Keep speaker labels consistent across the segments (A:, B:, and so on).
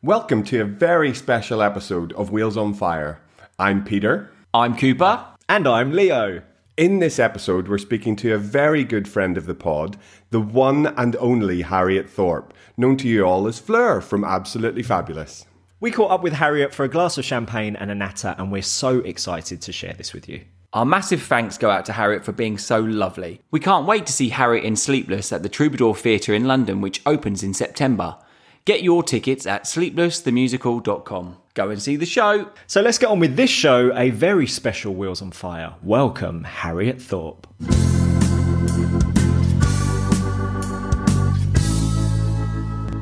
A: Welcome to a very special episode of Wheels on Fire. I'm Peter.
B: I'm Cooper.
C: And I'm Leo.
A: In this episode, we're speaking to a very good friend of the pod, the one and only Harriet Thorpe, known to you all as Fleur from Absolutely Fabulous.
C: We caught up with Harriet for a glass of champagne and a natter, and we're so excited to share this with you.
B: Our massive thanks go out to Harriet for being so lovely. We can't wait to see Harriet in Sleepless at the Troubadour Theatre in London, which opens in September. Get your tickets at sleeplessthemusical.com. Go and see the show.
C: So let's get on with this show, a very special Wheels on Fire. Welcome, Harriet Thorpe.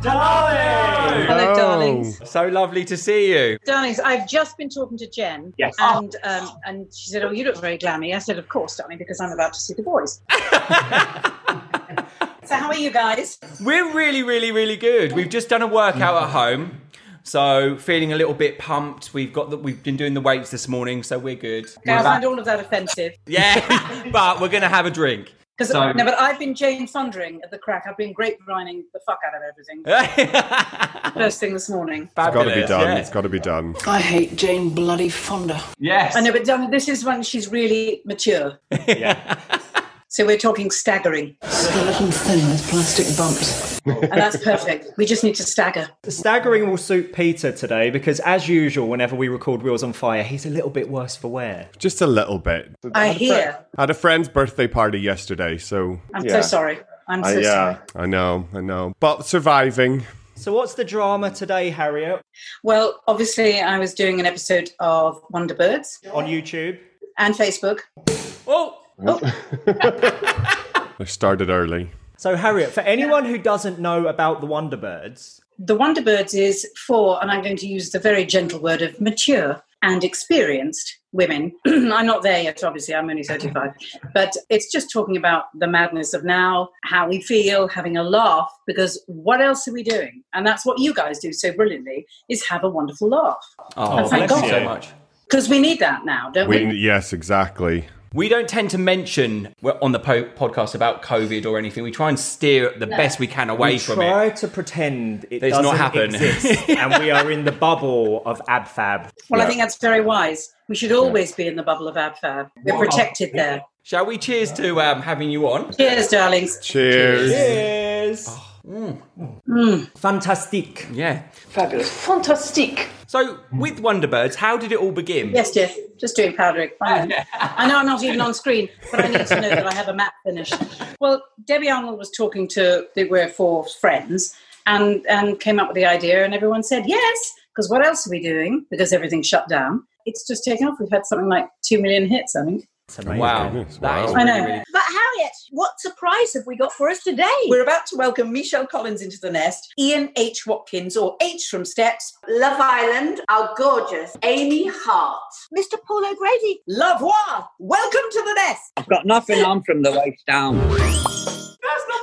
A: Oh.
D: Hello, Oh. darlings.
B: So lovely to see you.
D: Darlings, I've just been talking to Jen. Yes. And um, and she said, "Oh, you look very glammy." I said, "Of course, darling, because I'm about to see the boys." so, how are you guys?
B: We're really, really, really good. We've just done a workout at home. So feeling a little bit pumped. We've got the, we've been doing the weights this morning, so we're good.
D: Okay, I find all of that offensive
B: Yeah, but we're gonna have a drink.
D: because
B: So-
D: no, but I've been Jane Fundering at the crack. I've been grapevining the fuck out of everything
B: Fabulous.
D: first thing this morning.
A: It's got to be done.
B: yeah.
A: It's got to be done.
E: I hate Jane bloody Fonda.
B: Yes.
D: I know, but darling, this is when she's really mature. So we're talking staggering,
E: Skeleton thin with plastic bumps.
D: and that's perfect. We just need to stagger.
C: Staggering will suit Peter today because, as usual, whenever we record Wheels on Fire, he's a little bit worse for wear.
A: Just a little bit.
D: I hear.
A: I had a friend's birthday party yesterday, so
D: I'm
F: Yeah.
D: so sorry. I'm so sorry.
A: I know, I know. But surviving.
C: So, what's the drama today, Harriet,
D: Well, obviously, I was doing an episode of Wonderbirds
C: on YouTube?
D: and Facebook.
B: Oh,
A: I started early.
C: So, Harriet, for anyone who doesn't know about the Wonderbirds,
D: The Wonderbirds is for, and I'm going to use the very gentle word of mature and experienced women. I'm not there yet, obviously, I'm only 35, but it's just talking about the madness of now, how we feel, having a laugh, because what else are we doing? And that's what you guys do so brilliantly is have a wonderful laugh.
B: oh
D: thank
B: thank you
D: God.
B: so much.
D: Because we need that now, don't we?
A: We, yes, exactly.
B: We don't tend to mention we're on the po- podcast about COVID or anything. We try and steer the best we can away
C: we
B: from
C: try
B: it.
C: to pretend it
B: It's
C: doesn't
B: not happen.
C: exist, and we are in the bubble of AbFab.
D: Well, I
A: Yeah.
D: think that's very wise. We should always be in the bubble of AbFab. We're protected there.
B: Shall we cheers to um, having you on?
D: Cheers, darlings.
A: Cheers.
C: Yes. Fantastic.
B: Yeah.
E: Fabulous. Fantastique.
B: So with Wonderbirds, how did it all begin?
D: Yes, Jeff. Just doing powdering. Fine. I know I'm not even on screen, but I need to know that I have a map finished. Well, Debbie Arnold was talking to they were four friends and and came up with the idea, and everyone said yes because what else are we doing? Because everything shut down. It's just taken off. We've had something like two million hits, I think.
C: It's amazing.
B: Wow.
A: Goodness,
B: That is
A: wow.
B: really,
D: I know.
B: really-
G: But Harriet, what surprise have we got for us today?
D: We're about to welcome Michelle Collins into the nest,
G: Ian H. Watkins, or H from Steps, Love Island, our gorgeous Amy Hart. Mr. Paul O'Grady. Lavoie, welcome to the nest.
H: I've got nothing on from the waist down.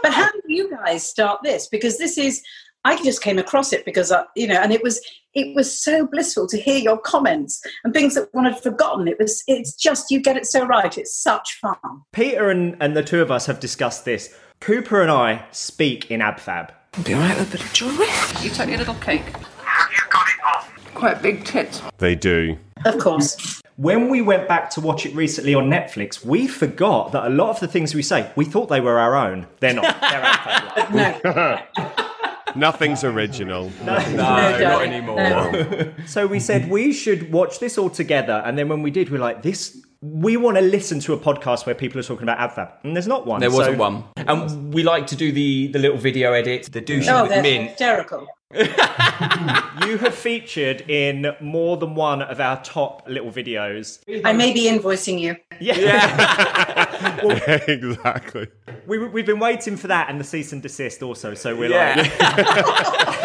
D: But how do you guys start this? Because this is, I just came across it because I, you know, and it was it was so blissful to hear your comments and things that one had forgotten. It was, it's just you get it so right. It's such fun.
C: Peter and, and the two of us have discussed this. Cooper and I speak in AbFab.
E: I'll be alright with a bit of jewellery.
I: You took your little cake. You got it off. Quite big tits.
A: They do.
D: Of course,
C: When we went back to watch it recently on Netflix, we forgot that a lot of the things we say, we thought they were our own. They're not. They're AbFab.
D: no, no,
A: Nothing's original.
B: No, not
D: darling,
B: anymore.
D: no.
C: so we said we should watch this all together. And then when we did, we were like, this, we want to listen to a podcast where people are talking about AbFab. And there's not one.
B: There
C: So-
B: wasn't one. And we like to do the, the little video edits, the douching
D: Oh,
B: with
D: they're
B: mint.
D: hysterical.
C: You have featured in more than one of our top little videos.
D: I may be invoicing you.
C: Yeah.
A: exactly.
C: we, we've been waiting for that and the cease and desist also. So we're like.
B: Yeah.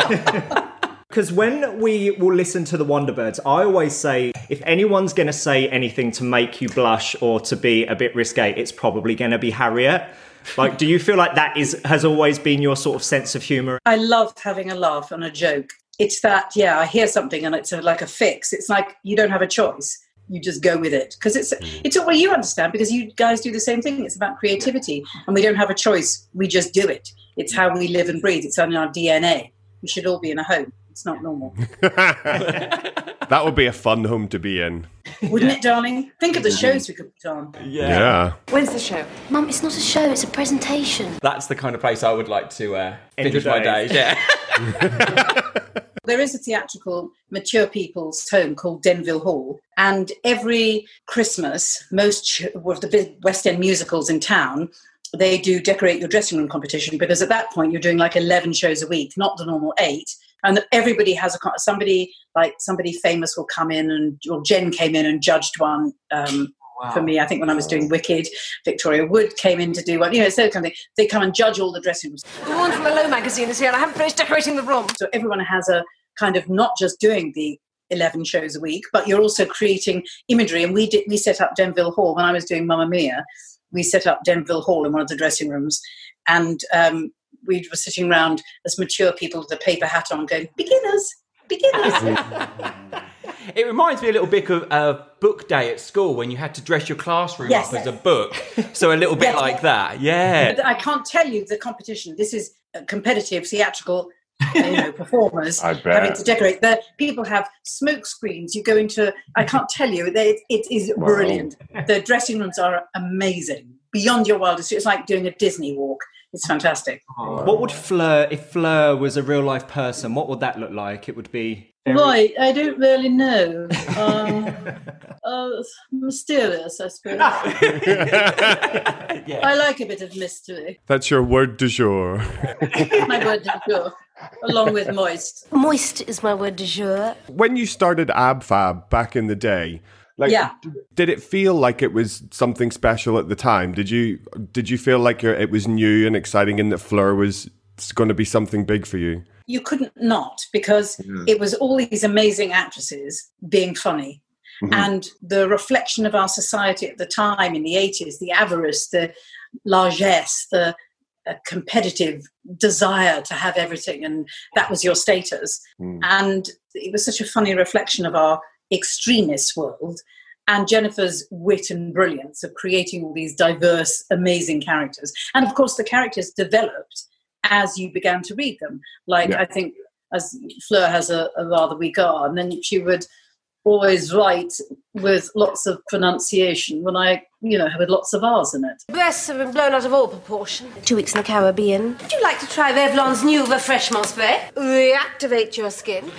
C: Because when we will listen to the Wonderbirds, I always say if anyone's going to say anything to make you blush or to be a bit risque, it's probably going to be Harriet. Like, do you feel like that is has always been your sort of sense of humour?
D: I love having a laugh and a joke. It's that, yeah, I hear something and it's a, like a fix. It's like you don't have a choice. You just go with it because it's it's all well you understand because you guys do the same thing. It's about creativity and we don't have a choice. We just do it. It's how we live and breathe. It's in our DNA. We should all be in a home. It's not normal.
A: That would be a fun home to be in.
D: Wouldn't it, darling? Think of the shows we could put on.
A: Yeah.
F: When's the show? Mum, it's not a show, it's a presentation.
B: That's the kind of place I would like to uh,
C: End
B: finish
C: your
B: my
C: days.
B: days. Yeah.
D: There is a theatrical mature people's home called Denville Hall, and every Christmas, most ch- of the big West End musicals in town, they do decorate your dressing room competition because at that point you're doing like 11 shows a week, not the normal eight. And everybody has a co- somebody like somebody famous will come in and or Jen came in and judged one um, for me. I think when I was doing Wicked, Victoria Wood came in to do one. You know, it's that kind of thing. They come and judge all the dressing rooms.
E: The one from the Low magazine is here, and I haven't finished decorating the room.
D: So everyone has a kind of not just doing the 11 shows a week, but you're also creating imagery. And we did, we set up Denville Hall when I was doing Mamma Mia. We set up Denville Hall in one of the dressing rooms, and um, we were sitting round as mature people with a paper hat on, going beginners, beginners.
B: It reminds me a little bit of uh, book day at school when you had to dress your classroom
D: Yes.
B: up as a book. So a little bit
D: Yes.
B: like that. Yeah.
D: I can't tell you the competition. This is uh, competitive theatrical. you know, performers
J: I
D: having
J: bet.
D: to decorate. The people have smoke screens. You go into. I can't tell you. They, it is
J: Wow.
D: brilliant. The dressing rooms are amazing, beyond your wildest. It's like doing a Disney walk. It's fantastic.
C: What would Fleur, if Fleur was a real life person, what would that look like? It would be.
F: Right,
D: I don't really know. Um, uh, mysterious, I suppose. I like a bit of mystery.
A: That's your word du jour.
D: My word, sure. Along with moist.
F: Moist is my word du jour.
A: When you started AbFab back in the day, like
D: Yeah.
A: d- did it feel like it was something special at the time? Did you did you feel like you're, it was new and exciting and that Fleur was going to be something big for you?
D: you couldn't not because it was all these amazing actresses being funny and the reflection of our society at the time in the 80s the avarice the largesse the uh, competitive desire to have everything and that was your status and it was such a funny reflection of our extremist world and Jennifer's wit and brilliance of creating all these diverse, amazing characters. And of course, the characters developed as you began to read them. Like,
J: Yeah.
D: I think as Fleur has a, a rather weak arm, and she would always write with lots of pronunciation when I, you know, with lots of R's in it.
E: Breasts have been blown out of all proportion.
F: Two weeks in the Caribbean.
E: Would you like to try Revlon's new refreshment spray? Reactivate your skin.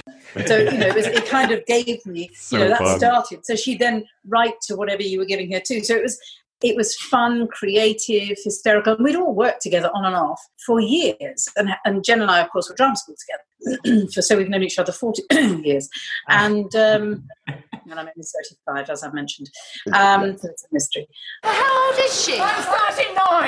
D: So, you know, it, was, it kind of gave me,
A: So
D: you know, that
A: fun.
D: started. So she then write to whatever you were giving her to. So it was, it was fun, creative, hysterical. And we'd all worked together on and off for years. And, and Jen and I, of course, were drama school together. for so we've known each other 40 years. And, um, and I'm only 35, as I've mentioned. Um, so it's a mystery.
E: How old is she?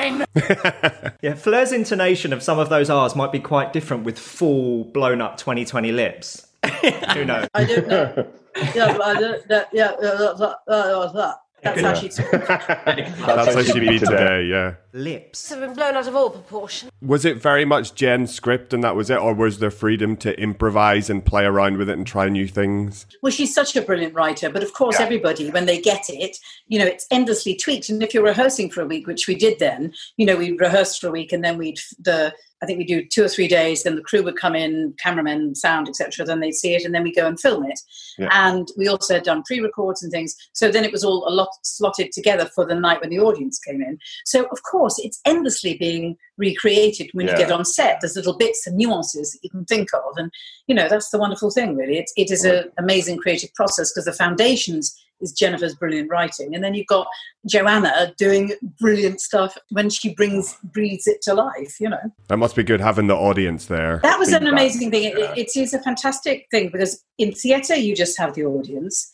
C: Yeah, Fleur's intonation of some of those R's might be quite different with full blown up 2020 lips. Who knows?
D: I don't know. yeah, I don't, that, yeah, yeah, that, that, that, that. That's how she talks.
A: That's how she'd be today, yeah.
C: Lips.
E: Have been blown out of all proportion.
A: Was it very much Jen's script and that was it, or was there freedom to improvise and play around with it and try new things?
D: Well, she's such a brilliant writer, but of course, everybody, when they get it, you know, it's endlessly tweaked. And if you're rehearsing for a week, which we did then, you know, we rehearsed for a week, and then we'd the I think we do two or three days. Then the crew would come in, cameramen, sound, etc. Then they'd see it, and then we go and film it.
A: Yeah.
D: And we also had done pre-records and things. So then it was all a lot slotted together for the night when the audience came in. So of course, it's endlessly being recreated when you
J: Yeah.
D: get on set. There's little bits and nuances that you can think of, and you know that's the wonderful thing really it, it is an amazing creative process because the foundations is jennifer's brilliant writing and then you've got joanna doing brilliant stuff when she brings breathes it to life you know
A: That must be good having the audience there.
D: that was an
J: Feedback,
D: amazing thing It-
J: yeah.
D: it is a fantastic thing because in theatre you just have the audience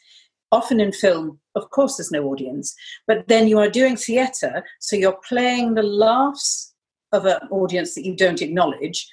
D: often in film of course there's no audience but then you are doing theatre so you're playing the laughs of an audience that you don't acknowledge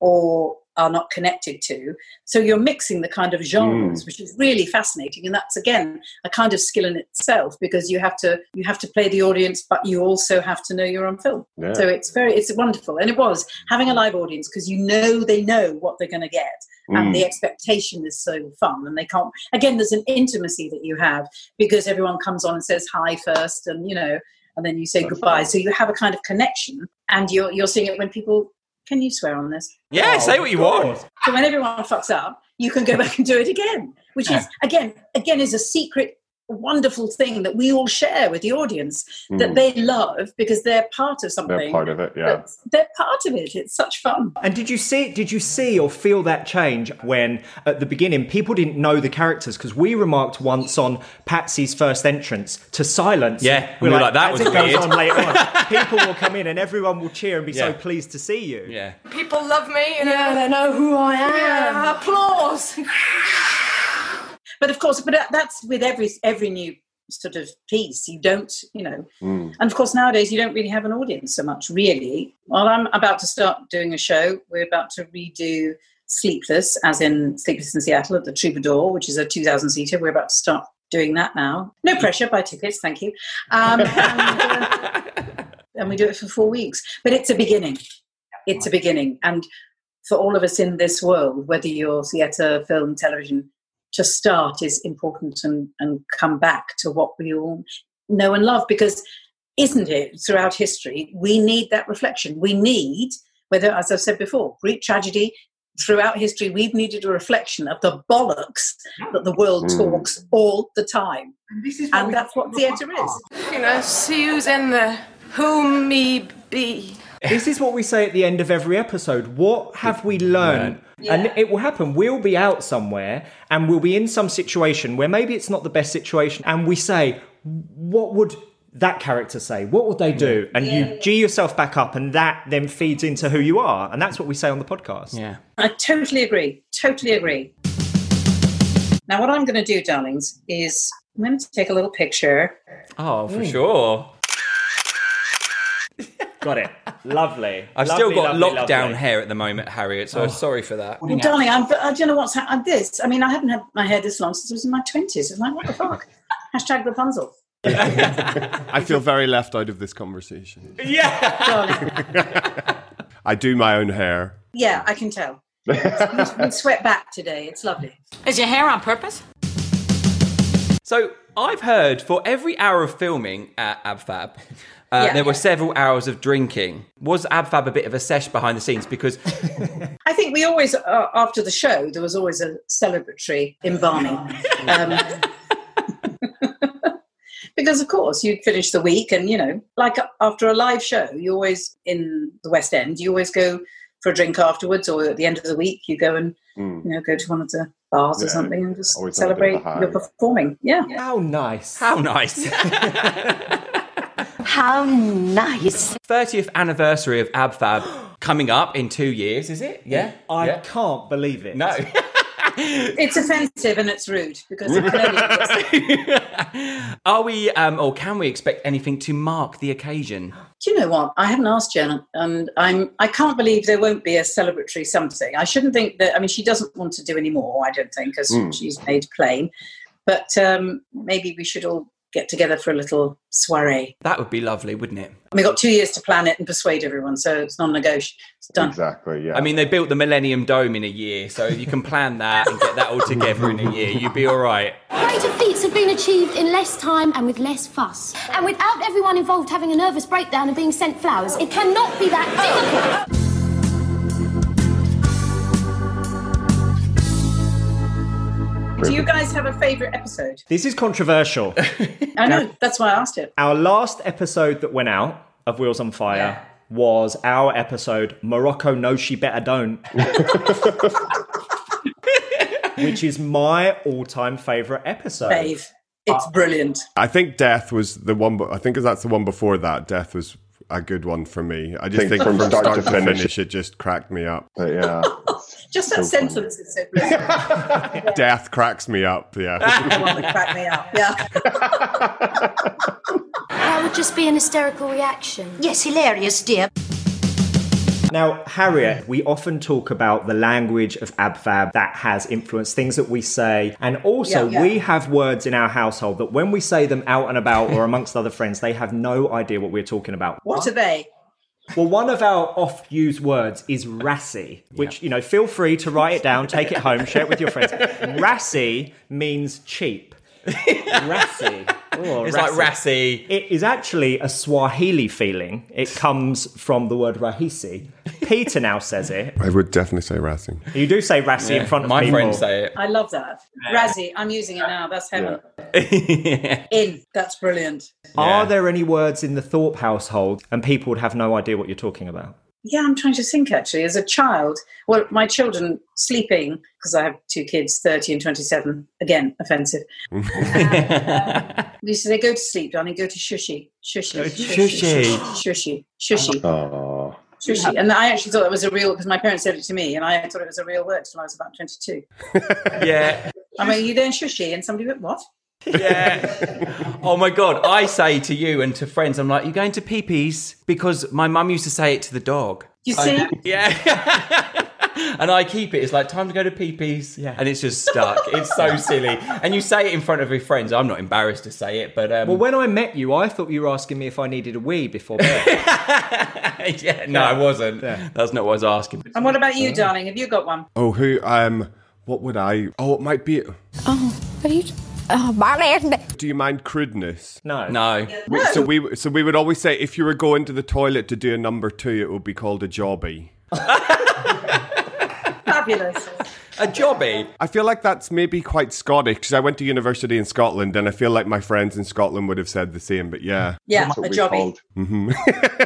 D: or are not connected to so you're mixing the kind of genres which is really fascinating and that's again a kind of skill in itself because you have to you have to play the audience but you also have to know you're on film
J: Yeah.
D: so it's very it's wonderful and it was having a live audience because you know they know what they're going to get and the expectation is so fun and they can't again there's an intimacy that you have because everyone comes on and says hi first and you know and then you say goodbye so you have a kind of connection and you're you're seeing it when people can you swear on this
B: Yeah, say what you want.
D: so when everyone fucks up you can go back and do it again, which is again, again is a secret wonderful thing that we all share with the audience
A: Mm.
D: that they love because they're part of something.
A: They're part of it, yeah.
D: But they're part of it. It's such fun.
C: And did you see did you see or feel that change when at the beginning people didn't know the characters because we remarked once on Patsy's first entrance to silence.
B: Yeah, and we were like, that was
C: as it goes
B: weird.
C: on later on, people will come in and everyone will cheer and be so
B: Yeah.
C: pleased to see you.
B: Yeah.
E: People love me. You know?
F: Yeah, they know who I am.
E: Yeah, applause.
D: But of course, but that's with every every new sort of piece. You don't, you know, and of course nowadays you don't really have an audience so much, really. Well, I'm about to start doing a show. We're about to redo Sleepless, as in Sleepless in Seattle at the Troubadour, which is a 2,000 seater. We're about to start doing that now. No pressure, buy tickets, thank you. Um, and, uh, and we do it for four weeks, but it's a beginning. It's a beginning, and for all of us in this world, whether you're theatre, film, television, to start is important and, and come back to what we all know and love because isn't it throughout history we need that reflection we need whether as i've said before greek tragedy throughout history we've needed a reflection of the bollocks that the world
A: Mm.
D: talks all the time
I: And, this is
D: and
I: we
D: that's
I: do
D: what
I: on the
D: theatre
I: podcast.
D: is
E: You know, see who's in there. Who me be.
C: This is what we say at the end of every episode. What have we learned? And it will happen. We'll be out somewhere and we'll be in some situation where maybe it's not the best situation. And we say, what would that character say? What would they do? And you G yourself back up and that then feeds into who you are. And that's what we say on the podcast.
B: Yeah.
D: I totally agree. Totally agree. Now, what I'm going to do, darlings, is I'm going to take a little picture.
B: Oh,
D: Mm.
B: for sure.
C: Got it. Lovely.
B: I've
C: Lovely,
B: still got
C: lovely,
B: lockdown
C: lovely.
B: hair at the moment, Harriet. So
D: Oh.
B: sorry for that.
D: Well, darling, I'm, I don't know what's happened. This, I mean, I haven't had my hair this long since I was in my 20s. I'm like, what the fuck? Hashtag Rapunzel.
A: I feel very left out of this conversation.
C: Yeah.
D: Darling,
A: I do my own hair.
D: yeah, I can tell. It's been swept back today. It's lovely.
I: Is your hair on purpose?
B: So I've heard for every hour of filming at AbFab, uh,
D: Yeah.
B: there were several hours of drinking. Was AbFab a bit of a sesh behind the scenes? Because
D: I think we always, uh, after the show, there was always a celebratory embalming. um, because, of course, you'd finish the week, and you know, like uh, after a live show, you always, in the West End, you always go for a drink afterwards, or at the end of the week, you go and,
A: Mm.
D: you know, go to one of the bars or
A: Yeah,
D: something and just
A: always on a bit of a
D: celebrate
A: high.
D: you're performing. Yeah.
C: How nice.
B: how nice.
F: How nice.
B: 30th anniversary of AbFab coming up in two years, is it? Yeah.
C: I
B: Yeah.
C: can't believe it.
B: No.
D: It's offensive and it's rude because it can only exist.
B: Are we, um, or can we expect anything to mark the occasion?
D: Do you know what? I haven't asked Jen, and I'm I can't believe there won't be a celebratory something. I shouldn't think that. I mean, she doesn't want to do any more. I don't think, as she's made plain. But um, maybe we should all get together for a little soiree.
B: That would be lovely, wouldn't it?
D: And We've got two years to plan it and persuade everyone, so it's non-negotiable. It's done.
A: Exactly, yeah.
B: I mean, they built the Millennium Dome in a year, so you can plan that and get that all together in a year. You'd be all right.
F: Greater feats have been achieved in less time and with less fuss. And without everyone involved having a nervous breakdown and being sent flowers, it cannot be that difficult.
D: Do you guys have a favourite episode?
C: This is controversial.
D: I know that's why I asked it.
C: Our last episode that went out of Wheels on Fire was our episode Morocco No She Better Don't. Which is my all-time favorite episode.
D: Fave. It's brilliant.
A: I think death was the one. be- I think that's the one before that. Death was a good one for me. I just think, from, start, to, finish, it just cracked me up.
J: But yeah,
D: Just that sentence is so brilliant.
A: Death cracks me up. Yeah.
D: the one that cracked me up. Yeah.
F: That would just be an hysterical reaction.
E: Yes, hilarious, dear.
C: Now, Harriet, we often talk about the language of abfab that has influenced things that we say. And also,
D: Yeah, yeah.
C: we have words in our household that when we say them out and about or amongst other friends, they have no idea what we're talking about.
D: What are they?
C: Well, one of our oft used words is rassy, which, you know, feel free to write it down, take it home, share it with your friends. Rassy means cheap. Rassy. Oh,
B: It's like rassy.
C: It is actually a Swahili feeling. It comes from the word rahisi, Peter now says it.
A: I would definitely say Racing.
C: You do say Rassi in front of
B: my
C: people.
B: friends say it.
D: I love that. Razzie, I'm using it now. That's heaven. In. That's brilliant.
C: Are there any words in the Thorpe household and people would have no idea what you're talking about?
D: Yeah, I'm trying to think actually. As a child, well, my children sleeping, because I have two kids, 30 and 27, again, offensive. Um, we used to say, go to sleep, darling, go to shushy. Shushy. Shushy. Shushy. Shushy.
I: Oh.
A: Aww.
D: Shushy. And I actually thought that was a real, because my parents said it to me, and I thought it was a real word till I was about 22.
B: Yeah.
D: I mean, you doing shushy? And somebody went, what?
B: Oh my god! I say to you and to friends, I'm like, "You going to pee-pees?" Because my mum used to say it to the dog.
D: You see?
B: Yeah. and I keep it. It's like time to go to pee-pees. Yeah. And it's just stuck. it's so silly. And you say it in front of your friends. I'm not embarrassed to say it, but um,
C: Well, when I met you, I thought you were asking me if I needed a wee before bed.
B: yeah, no, I wasn't. That's not what I was asking.
D: And what about you, darling? Have you got one?
A: Oh, who? Um, what would I? Oh, it might be.
J: What are you? Oh, my name.
A: Do you mind crudeness?
C: No.
B: No.
A: We- So we so we would always say if you were going to the toilet to do a number two, it would be called a jobby.
D: Fabulous.
B: A jobby.
A: I feel like that's maybe quite Scottish because I went to university in Scotland, and I feel like my friends in Scotland would have said the same. But yeah,
D: Yeah,
I: That's
D: a
I: what we
D: jobby.
I: called.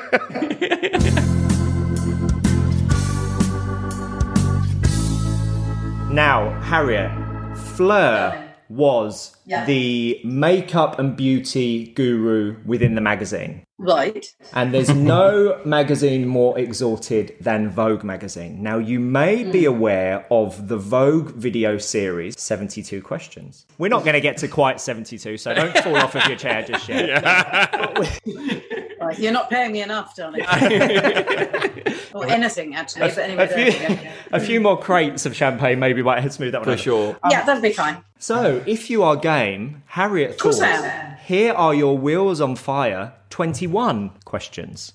C: Now, Harriet, Fleur was
D: Yeah.
C: the makeup and beauty guru within the magazine.
D: Right.
C: And there's no magazine more exalted than Vogue magazine. Now, you may be aware of the Vogue video series, 72 Questions. We're not going to get to quite 72, so don't fall off of your chair just yet.
D: Right. You're not paying me enough, darling. or anything, actually. but anyway,
C: A,
D: there we go.
C: few, a few more crates of champagne maybe might smooth that one
B: For
C: over.
B: sure.
D: yeah, that'll be fine.
C: So, if you are game, Harriet
D: course
C: Thorpe,
D: I am.
C: here are your Wheels on Fire 21 questions.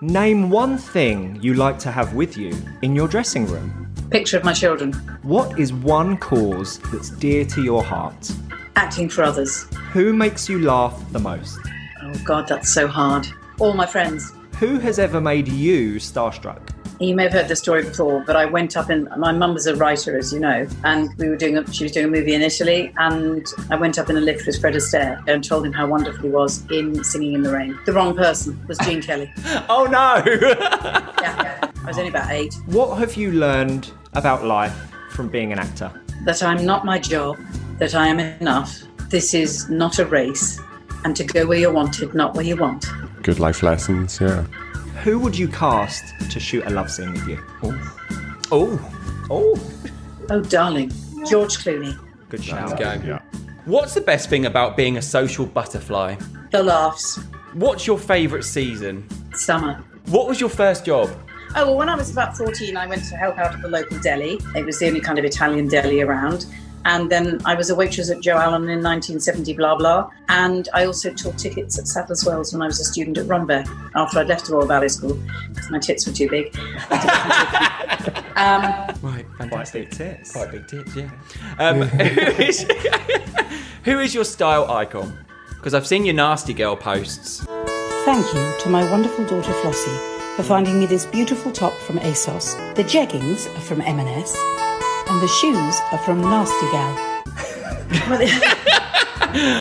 C: Name one thing you like to have with you in your dressing room.
D: Picture of my children
C: What is one cause that's dear to your heart?
D: acting for others.
C: Who makes you laugh the most?
D: Oh, God, that's so hard. All my friends.
C: Who has ever made you starstruck?
D: You may have heard the story before, but I went up in. My mum was a writer, as you know, and we were doing. A, she was doing a movie in Italy, and I went up in a lift with Fred Astaire and told him how wonderful he was in Singing in the Rain. The wrong person was Gene Kelly.
B: Oh no.
D: Yeah, I was only about eight.
C: What have you learned about life from being an actor?
D: that I'm not my job, that I am enough. This is not a race, and to go where you're wanted, not where you want.
A: good life lessons. Yeah,
C: Who would you cast to shoot a love scene with you?
B: oh.
C: Oh,
D: Oh, darling, George Clooney,
C: good shout.
B: Go. What's the best thing about being a social butterfly?
D: the laughs,
B: What's your favourite season?
D: summer.
B: What was your first job?
D: Oh, well, when I was about 14, I went to help out at the local deli. It was the only kind of Italian deli around. And then I was a waitress at Joe Allen in 1970, blah, blah. And I also taught tickets at Sadler's Wells when I was a student at Runbeck after I'd left the Royal Ballet School because my tits were too big. um,
B: Right,
C: Quite
B: fantastic.
C: big tits.
B: Quite big tits, yeah. Um, who, is, who is your style icon? Because I've seen your nasty girl posts.
K: Thank you to my wonderful daughter Flossie for finding me this beautiful top from ASOS. The jeggings are from M&S and the shoes are from Nasty Gal.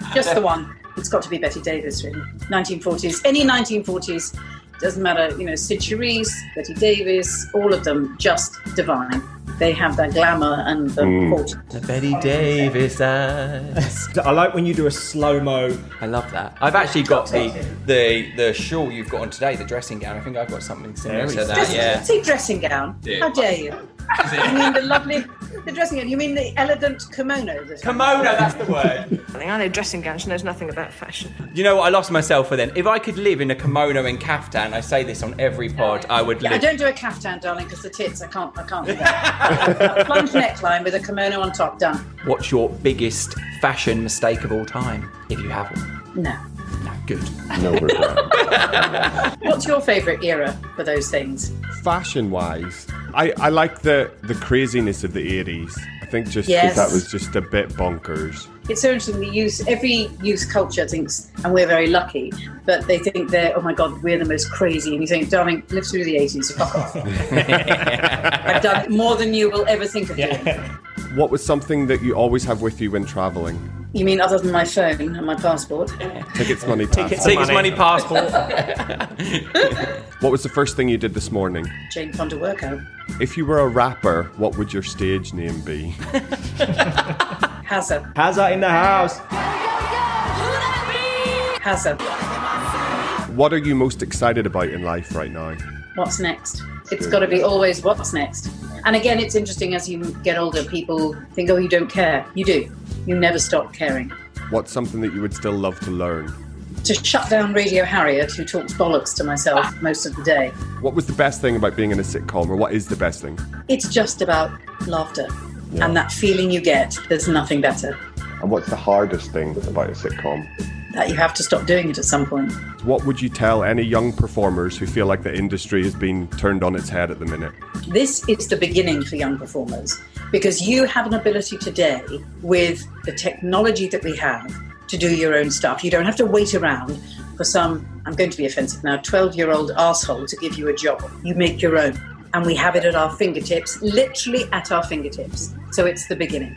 D: Just the one. It's got to be Betty Davis, really. 1940s. Any 1940s. Doesn't matter, you know, Sid Charisse, Betty Davis, all of them just divine. They have that glamour and the port.
B: Betty Davis eyes.
C: I like when you do a slow mo.
B: I love that. I've actually got the the the shawl you've got on today, the dressing gown. I think I've got something similar
C: Very
B: to that.
D: Dress-
B: Yeah.
D: See, dressing gown.
B: Yeah.
D: How dare you? you mean the lovely, the dressing gown? You mean the elegant kimono? that-
B: Kimono, that's the word.
J: I know dressing gown. She knows nothing about fashion.
B: you know what? I lost myself for then. If I could live in a kimono and kaftan, I say this on every pod, I would
D: Yeah, I
B: live.
D: don't do a caftan, darling, because the tits. I can't. I can't do that. Plunge neckline with a kimono on top. Done.
B: What's your biggest fashion mistake of all time, if you have one?
D: No.
A: Good. No regret.
D: What's your favourite era for those things?
A: Fashion wise, I, I like the, the craziness of the 80s. I think just 'cause
D: Yes.
A: that was just a bit bonkers.
D: It's so interesting. The youth, every youth culture thinks, and we're very lucky, but they think they're, oh my God, we're the most crazy. And you think, darling, live through the 80s. Fuck off. I've done more than you will ever think of doing.
A: What was something that you always have with you when traveling?
D: You mean other than my phone and my passport?
A: Tickets, money, passport.
B: Tickets, money, passport.
A: What was the first thing you did this morning?
D: Jane Fonda Workout.
A: If you were a rapper, what would your stage name be?
D: Hazza.
C: Hazza in the house.
D: Hazza.
A: What are you most excited about in life right now?
D: What's next? It's
A: Good.
D: got to be always what's next. And again, it's interesting as you get older, people think, oh, you don't care. You do. You never stop caring.
A: What's something that you would still love to learn?
D: To shut down Radio Harriet, who talks bollocks to myself most of the day,
A: What was the best thing about being in a sitcom, or what is the best thing?
D: it's just about laughter and that feeling you get. There's nothing better.
A: And what's the hardest thing about a sitcom?
D: That you have to stop doing it at some point.
A: What would you tell any young performers who feel like the industry is being turned on its head at the minute?
D: This is the beginning for young performers because you have an ability today with the technology that we have to do your own stuff. You don't have to wait around for some, I'm going to be offensive now, 12 year old asshole to give you a job. You make your own. And we have it at our fingertips, literally at our fingertips. So it's the beginning.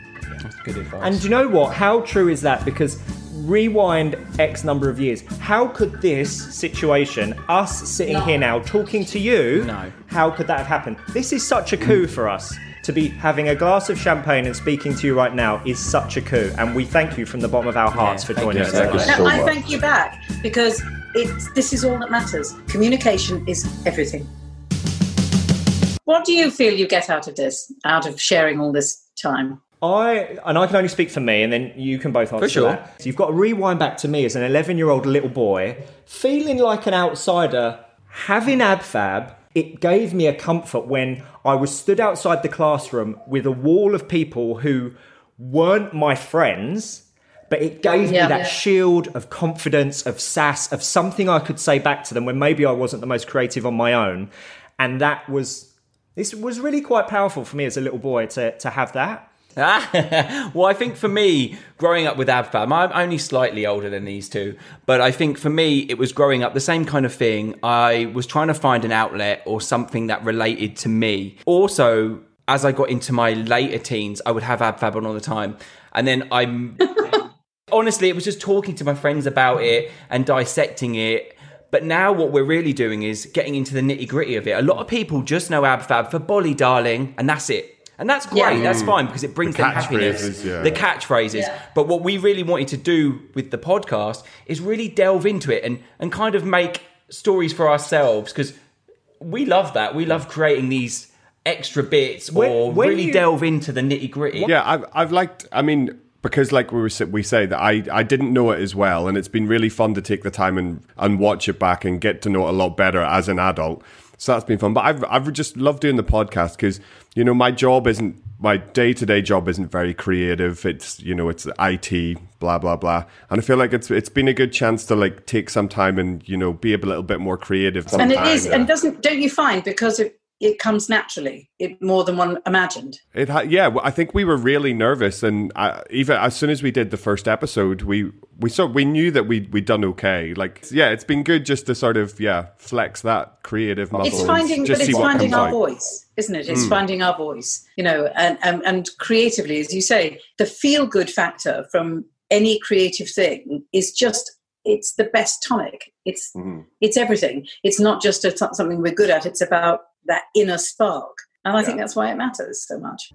B: Good advice.
C: And do you know what? How true is that? Because rewind X number of years. How could this situation, us sitting here now talking to you, no. how could that have happened? This is such a coup for us. To be having a glass of champagne and speaking to you right now is such a coup. And we thank you from the bottom of our hearts for joining
A: you
C: us.
A: so
C: today.
A: much.
D: Now, I thank you back because it's, this is all that matters. Communication is everything. What do you feel you get out of this, out of sharing all this time?
C: I and I can only speak for me, and then you can both answer
B: sure.
C: that. So you've got to rewind back to me as an 11 year old little boy, feeling like an outsider, having AbFab. It gave me a comfort when I was stood outside the classroom with a wall of people who weren't my friends, but it gave
D: Yeah.
C: me that
D: Yeah.
C: shield of confidence, of sass, of something I could say back to them when maybe I wasn't the most creative on my own. And that was, this was really quite powerful for me as a little boy to, to have that.
B: Ah, well, I think for me, growing up with AbFab, I'm only slightly older than these two, but I think for me, it was growing up the same kind of thing. I was trying to find an outlet or something that related to me. Also, as I got into my later teens, I would have AbFab on all the time. And then I'm honestly, it was just talking to my friends about it and dissecting it. But now what we're really doing is getting into the nitty gritty of it. A lot of people just know AbFab for Bolly Darling, and that's it. And that's great.
A: Yeah.
B: That's
A: Mm.
B: fine because it brings
A: The
B: them happiness.
A: catchphrases, yeah.
B: The catchphrases.
A: Yeah.
B: But what we really wanted to do with the podcast is really delve into it and and kind of make stories for ourselves because we love that. We love creating these extra bits or
A: when
B: really
A: you-
B: delve into the nitty gritty.
A: Yeah, I've, I've liked. I mean, because like we were sa- we say that I I didn't know it as well, and it's been really fun to take the time and and watch it back and get to know it a lot better as an adult. So that's been fun. But I've I've just loved doing the podcast because you know my job isn't my day to day job isn't very creative. It's you know it's IT blah blah blah, and I feel like it's it's been a good chance to like take some time and you know be a little bit more creative.
D: and it
A: sometime.
D: is and doesn't don't you find because it it comes naturally it more than one imagined
A: It ha- yeah, well, I think we were really nervous, and uh even as soon as we did the first episode, we we saw we knew that we we done okay. Like yeah, it's been good just to sort of yeah flex that creative muscle.
D: it's
A: and
D: finding
A: just
D: but it's
A: see what
D: finding
A: comes
D: our
A: out.
D: voice isn't it it's
A: Mm.
D: finding our voice you know and, and and creatively as you say the feel good factor from any creative thing is just it's the best tonic it's
A: Mm-hmm.
D: it's everything it's not just a, something we're good at it's about that inner spark and i think that's why it matters so much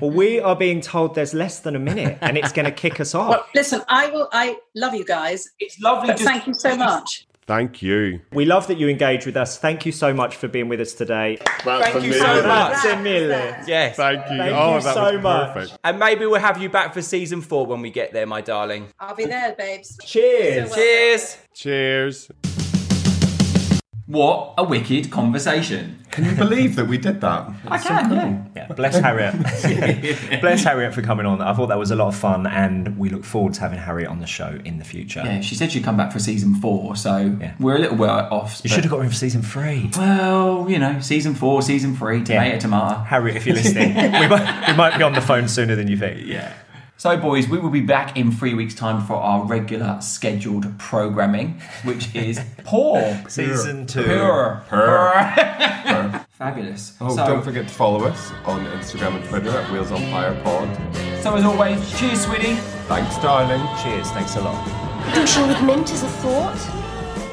C: Well, we are being told there's less than a minute and it's going to kick us off.
D: well listen i will i love you guys
B: it's lovely
D: but thank you so much
A: Thank you.
C: We love that you engage with us. Thank you so much for being with us today.
B: Thank you so much. Yes.
A: Thank you.
C: Thank Oh, you that so was much. perfect.
B: And maybe we'll have you back for season four when we get there, my darling.
D: I'll be there, babes.
C: Cheers.
B: Cheers.
A: Cheers.
B: What a wicked conversation.
A: Can you believe that we did that?
B: I can, yeah.
C: Yeah, bless Harriet. bless Harriet for coming on. I thought that was a lot of fun, and we look forward to having Harriet on the show in the future.
B: Yeah, she said she'd come back for season four, so we're a little way off.
C: You
B: but-
C: should have got her in for season three.
B: Well, you know, season four, season three, tomato,
C: Yeah.
B: tomato.
C: Harriet, if you're listening, we, might, we might be on the phone sooner than you think.
B: Yeah. So, boys, we will be back in three weeks' time for our regular scheduled programming, which is poor
C: Season two.
B: Poor.
A: Purr.
B: Fabulous.
A: Oh,
B: so,
A: don't forget to follow us on Instagram and Twitter at Wheels on Fire Pod.
B: so, as always, cheers, sweetie.
A: Thanks, darling.
C: Cheers. Thanks a lot.
F: Douching with mint is a thought.